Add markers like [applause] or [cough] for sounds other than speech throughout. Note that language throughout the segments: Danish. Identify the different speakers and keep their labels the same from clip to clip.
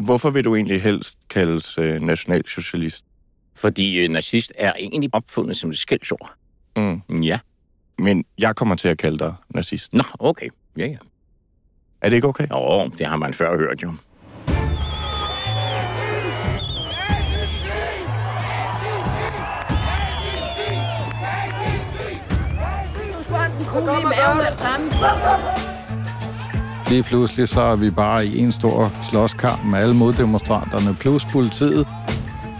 Speaker 1: Hvorfor vil du egentlig helst kaldes øh, nationalsocialist?
Speaker 2: Fordi øh, nazist er egentlig opfundet som et skældsord.
Speaker 1: Mm.
Speaker 2: Ja.
Speaker 1: Men jeg kommer til at kalde dig nazist.
Speaker 2: Nå, okay. Ja, ja.
Speaker 1: Er det ikke okay?
Speaker 2: Nå, det har man før hørt jo.
Speaker 3: Kugle i maven med det samme.
Speaker 4: Lige pludselig så er vi bare i en stor slåskamp med alle moddemonstranterne, plus politiet.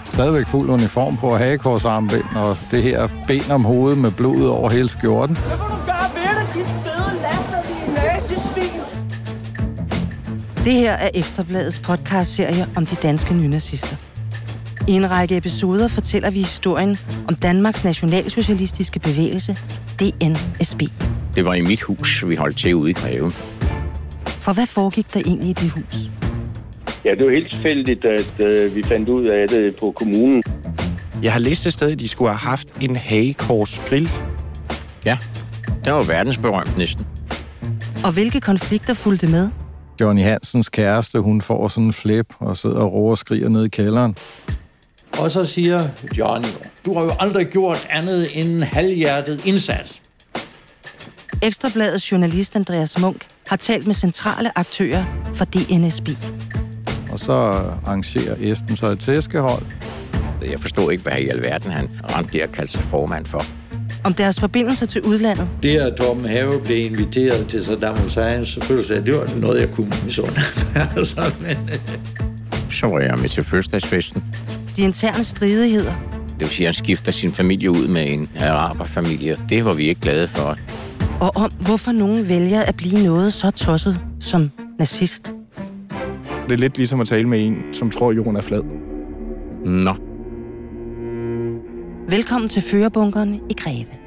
Speaker 4: Stadigvæk fuld uniform på og hagekorsarmbind, og det her ben om hovedet med blod over hele skjorten.
Speaker 5: Hvad vil du gøre ved det, dit fede laster, din nazisvin?
Speaker 6: Det her er Ekstrabladets podcastserie om de danske nynazister. I en række episoder fortæller vi historien om Danmarks nationalsocialistiske bevægelse, DNSB.
Speaker 2: Det var i mit hus, vi holdt til ude i Greve.
Speaker 6: For hvad foregik der egentlig i det hus?
Speaker 7: Ja, det var helt tilfældigt, at øh, vi fandt ud af det på kommunen.
Speaker 1: Jeg har læst et sted, at de skulle have haft en hagekors grill.
Speaker 2: Ja. Det var verdensberømt næsten.
Speaker 6: Og hvilke konflikter fulgte med?
Speaker 4: Johnny Hansens kæreste, hun får sådan en flip og sidder og råber og skriger ned i kælderen.
Speaker 8: Og så siger Johnny, du har jo aldrig gjort andet end en halvhjertet indsats.
Speaker 6: Ekstrabladets journalist Andreas Munk har talt med centrale aktører fra DNSB.
Speaker 4: Og så arrangerer Esben så et tæskehold.
Speaker 2: Jeg forstod ikke, hvad i alverden han rendte der og kaldte sig formand for.
Speaker 6: Om deres forbindelser til udlandet,
Speaker 8: Det, at Tom Have blev inviteret til Saddam Husseins fødselsdag, det var noget, jeg kunne misunde. [laughs] altså, men,
Speaker 2: Så var jeg med til fødselsdagsfesten.
Speaker 6: de interne stridigheder
Speaker 2: Det vil sige, at han skifter sin familie ud med en araberfamilie. Det var vi ikke glade for.
Speaker 6: og om, hvorfor nogen vælger at blive noget så tosset som nazist.
Speaker 1: Det er lidt ligesom at tale med en, som tror, jorden er flad.
Speaker 2: Nå.
Speaker 6: Velkommen til Førebunkeren i Greve.